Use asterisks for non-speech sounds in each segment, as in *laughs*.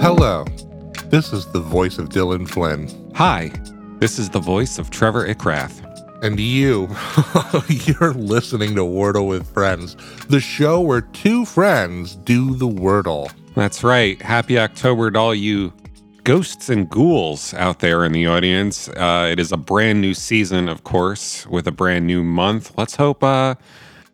Hello. This is the voice of Dylan Flynn. Hi, this is the voice of Trevor Ickrath. And you, *laughs* you're listening to Wordle with Friends, the show where two friends do the Wordle. That's right. Happy October to all you ghosts and ghouls out there in the audience. Uh, it is a brand new season, of course, with a brand new month. Let's hope uh,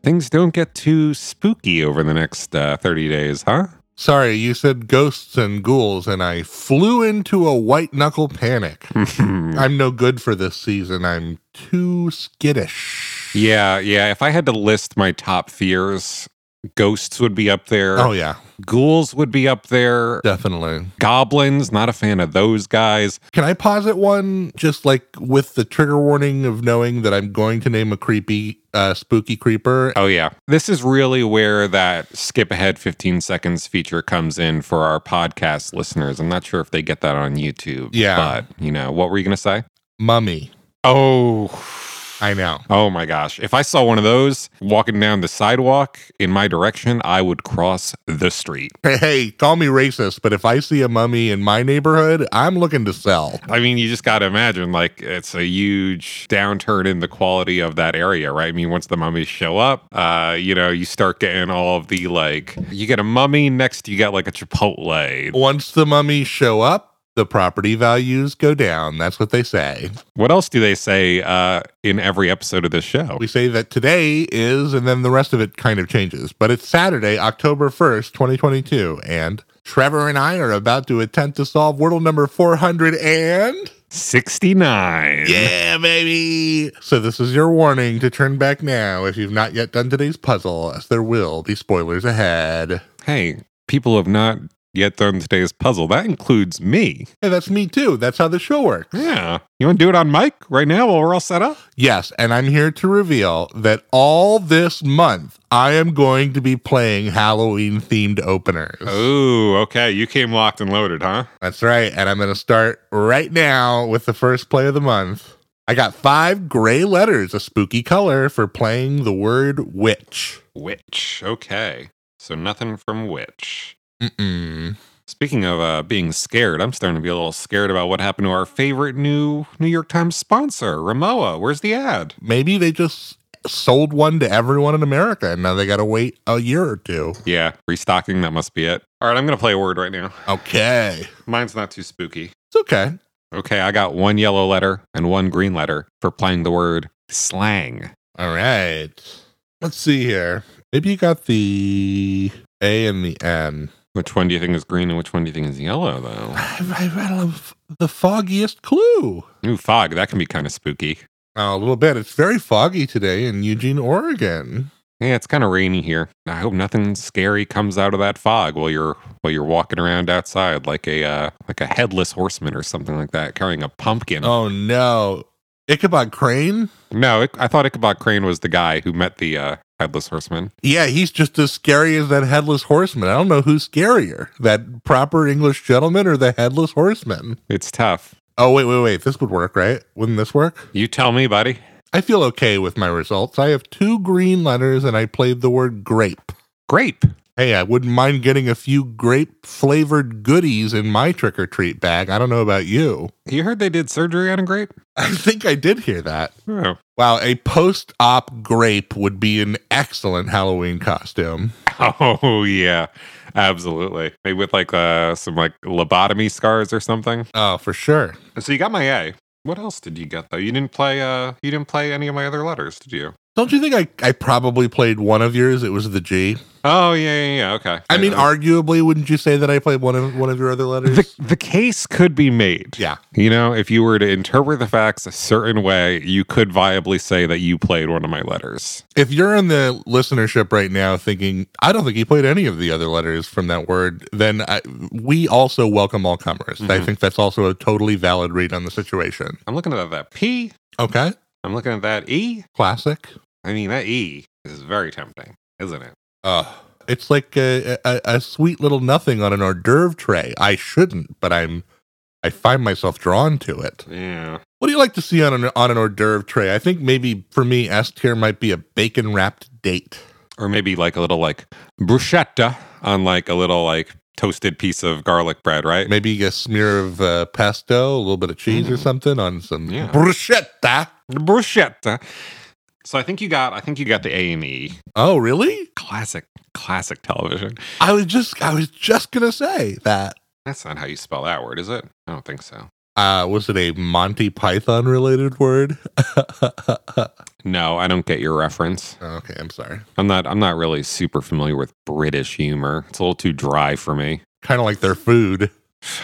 things don't get too spooky over the next uh, 30 days, huh? Sorry, you said ghosts and ghouls, and I flew into a white knuckle panic. I'm no good for this season. I'm too skittish. yeah, yeah. If I had to list my top fears, ghosts would be up there, Oh, yeah, ghouls would be up there. definitely. Goblins, not a fan of those guys. Can I posit one just like with the trigger warning of knowing that I'm going to name a creepy, uh, spooky creeper? Oh, yeah. This is really where that skip ahead 15 seconds feature comes in for our podcast listeners. I'm not sure if they get that on YouTube. Yeah. But, you know, what were you going to say? Mummy. Oh. I know. Oh my gosh. If I saw one of those walking down the sidewalk in my direction, I would cross the street. Hey, hey, call me racist, but if I see a mummy in my neighborhood, I'm looking to sell. I mean, you just got to imagine like it's a huge downturn in the quality of that area, right? I mean, once the mummies show up, uh, you know, you start getting all of the like, you get a mummy, next you got like a Chipotle. Once the mummies show up, the property values go down. That's what they say. What else do they say uh, in every episode of this show? We say that today is, and then the rest of it kind of changes. But it's Saturday, October 1st, 2022, and Trevor and I are about to attempt to solve Wordle number 400 and. 69. Yeah, baby. So this is your warning to turn back now if you've not yet done today's puzzle, as there will be spoilers ahead. Hey, people have not yet done today's puzzle. That includes me. Hey, that's me too. That's how the show works. Yeah. You want to do it on mic right now while we're all set up? Yes, and I'm here to reveal that all this month I am going to be playing Halloween themed openers. Oh, okay. You came locked and loaded, huh? That's right, and I'm going to start right now with the first play of the month. I got five gray letters, a spooky color, for playing the word witch. Witch. Okay. So nothing from Witch. Mm-mm. Speaking of uh, being scared, I'm starting to be a little scared about what happened to our favorite new New York Times sponsor, Ramoa. Where's the ad? maybe they just sold one to everyone in America and now they got to wait a year or two. Yeah, restocking. That must be it. All right, I'm going to play a word right now. Okay. Mine's not too spooky. It's okay. Okay, I got one yellow letter and one green letter for playing the word slang. All right. Let's see here. Maybe you got the A and the N. Which one do you think is green and which one do you think is yellow, though? I've, I've had a, the foggiest clue. Ooh, fog. That can be kind of spooky. Oh, a little bit. It's very foggy today in Eugene, Oregon. Yeah, it's kind of rainy here. I hope nothing scary comes out of that fog while you're while you're walking around outside, like a uh, like a headless horseman or something like that, carrying a pumpkin. Oh, no. Ichabod Crane? No, it, I thought Ichabod Crane was the guy who met the uh, headless horseman. Yeah, he's just as scary as that headless horseman. I don't know who's scarier, that proper English gentleman or the headless horseman. It's tough. Oh, wait, wait, wait. This would work, right? Wouldn't this work? You tell me, buddy. I feel okay with my results. I have two green letters and I played the word grape. Grape. Hey, I wouldn't mind getting a few grape flavored goodies in my trick or treat bag. I don't know about you. *laughs* You heard they did surgery on a grape? I think I did hear that. Oh. Wow, a post op grape would be an excellent Halloween costume. *laughs* Oh yeah, absolutely. Maybe with like uh, some like lobotomy scars or something. Oh, for sure. So you got my A. What else did you get though? You didn't play. Uh, you didn't play any of my other letters, did you? Don't you think I, I probably played one of yours? It was the G. Oh yeah, yeah, yeah. Okay. I mean, arguably, wouldn't you say that I played one of one of your other letters? the the case could be made. yeah. You know, if you were to interpret the facts a certain way, you could viably say that you played one of my letters. If you're in the listenership right now thinking, I don't think he played any of the other letters from that word, then I, we also welcome all comers. I Mhm. think that's also a totally valid read on the situation. I'm looking at that P. Okay. I'm looking at that E. Classic. I mean, that E is very tempting, isn't it? Uh, it's like a, a, a sweet little nothing on an hors d'oeuvre tray. I shouldn't, but I'm. I find myself drawn to it. Yeah. What do you like to see on an, on an hors d'oeuvre tray? I think maybe for me, S tier might be a bacon wrapped date. Or maybe like a little like bruschetta on like a little like toasted piece of garlic bread, right? Maybe a smear of uh, pesto, a little bit of cheese or something on some Yeah. bruschetta. Bruschetta. So I think you got I think you got the A and E. Oh, really? Classic, classic television. I was just I was just gonna say that. That's not how you spell that word, is it? I don't think so. Uh, was it a Monty Python related word? *laughs* Oh, No, I don't get your reference. okay, I'm sorry. I'm not I'm not really super familiar with British humor. It's a little too dry for me. Kind of like their food.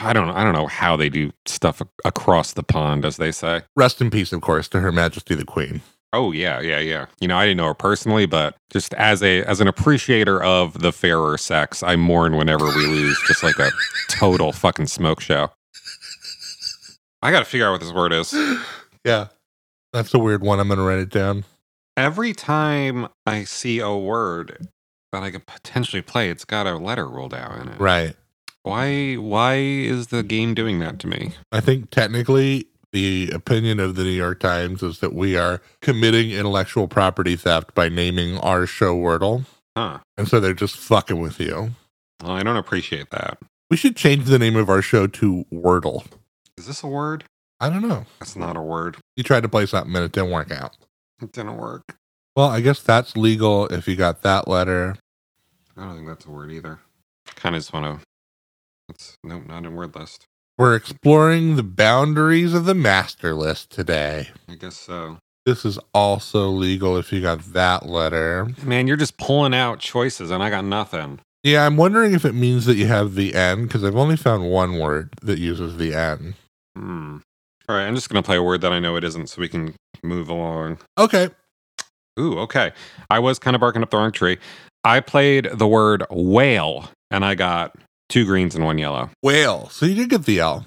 I don't I don't know how they do stuff ac- across the pond, as they say. Rest in peace, of course, to Her Majesty the Queen. Oh yeah, yeah, yeah. You know, I didn't know her personally, but just as a as an appreciator of the fairer sex, I mourn whenever we lose just like a total fucking smoke show. I gotta figure out what this word is. yeah, that's a weird one. I'm gonna write it down. Every time I see a word that I could potentially play, it's got a letter ruled out in it. Right. Why why is the game doing that to me? I think technically the opinion of the New York Times is that we are committing intellectual property theft by naming our show Wordle. Huh. And so they're just fucking with you. Well, I don't appreciate that. We should change the name of our show to Wordle. Is this a word? I don't know. That's not a word. You tried to play something and it didn't work out. It didn't work. Well, I guess that's legal if you got that letter. I don't think that's a word either. Kind of just want to. That's nope, not in word list. We're exploring the boundaries of the master list today. I guess so. This is also legal if you got that letter. Man, you're just pulling out choices, and I got nothing. Yeah, I'm wondering if it means that you have the N because I've only found one word that uses the N. Hmm. All right, I'm just gonna play a word that I know it isn't, so we can move along. Okay. Ooh, okay. I was kind of barking up the wrong tree. I played the word whale, and I got two greens and one yellow. Whale. So you did get the L.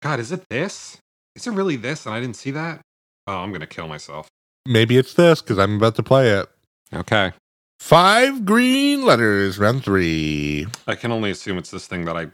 God, is it this? Is it really this? And I didn't see that. Oh, I'm gonna kill myself. Maybe it's this because I'm about to play it. Okay. Five green letters, round three. I can only assume it's this thing that I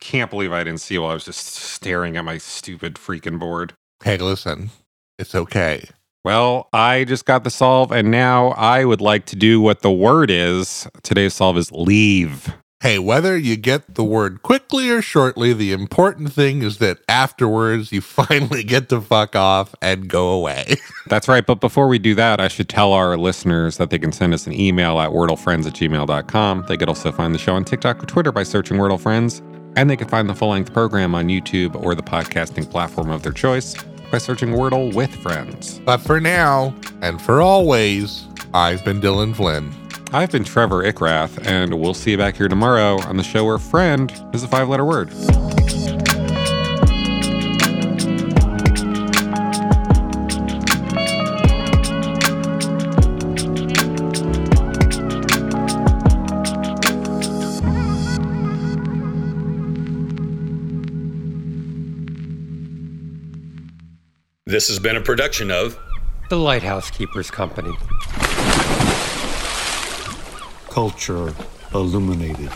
can't believe I didn't see while I was just staring at my stupid freaking board. Hey, listen, it's okay. Well, I just got the solve, and now I would like to do what the word is. Today's solve is leave. Hey, whether you get the word quickly or shortly, the important thing is that afterwards you *laughs* finally get to fuck off and go away. *laughs* That's right. But before we do that, I should tell our listeners that they can send us an email at wordlefriends at gmail.com. They could also find the show on TikTok or Twitter by searching Wordle Friends. And they can find the full length program on YouTube or the podcasting platform of their choice by searching Wordle with Friends. but for now and for always, I've been Dylan Flynn. I've been Trevor Ickrath, and we'll see you back here tomorrow on the show where friend is a five letter word. This has been a production of The Lighthouse Keepers Company. culture illuminated.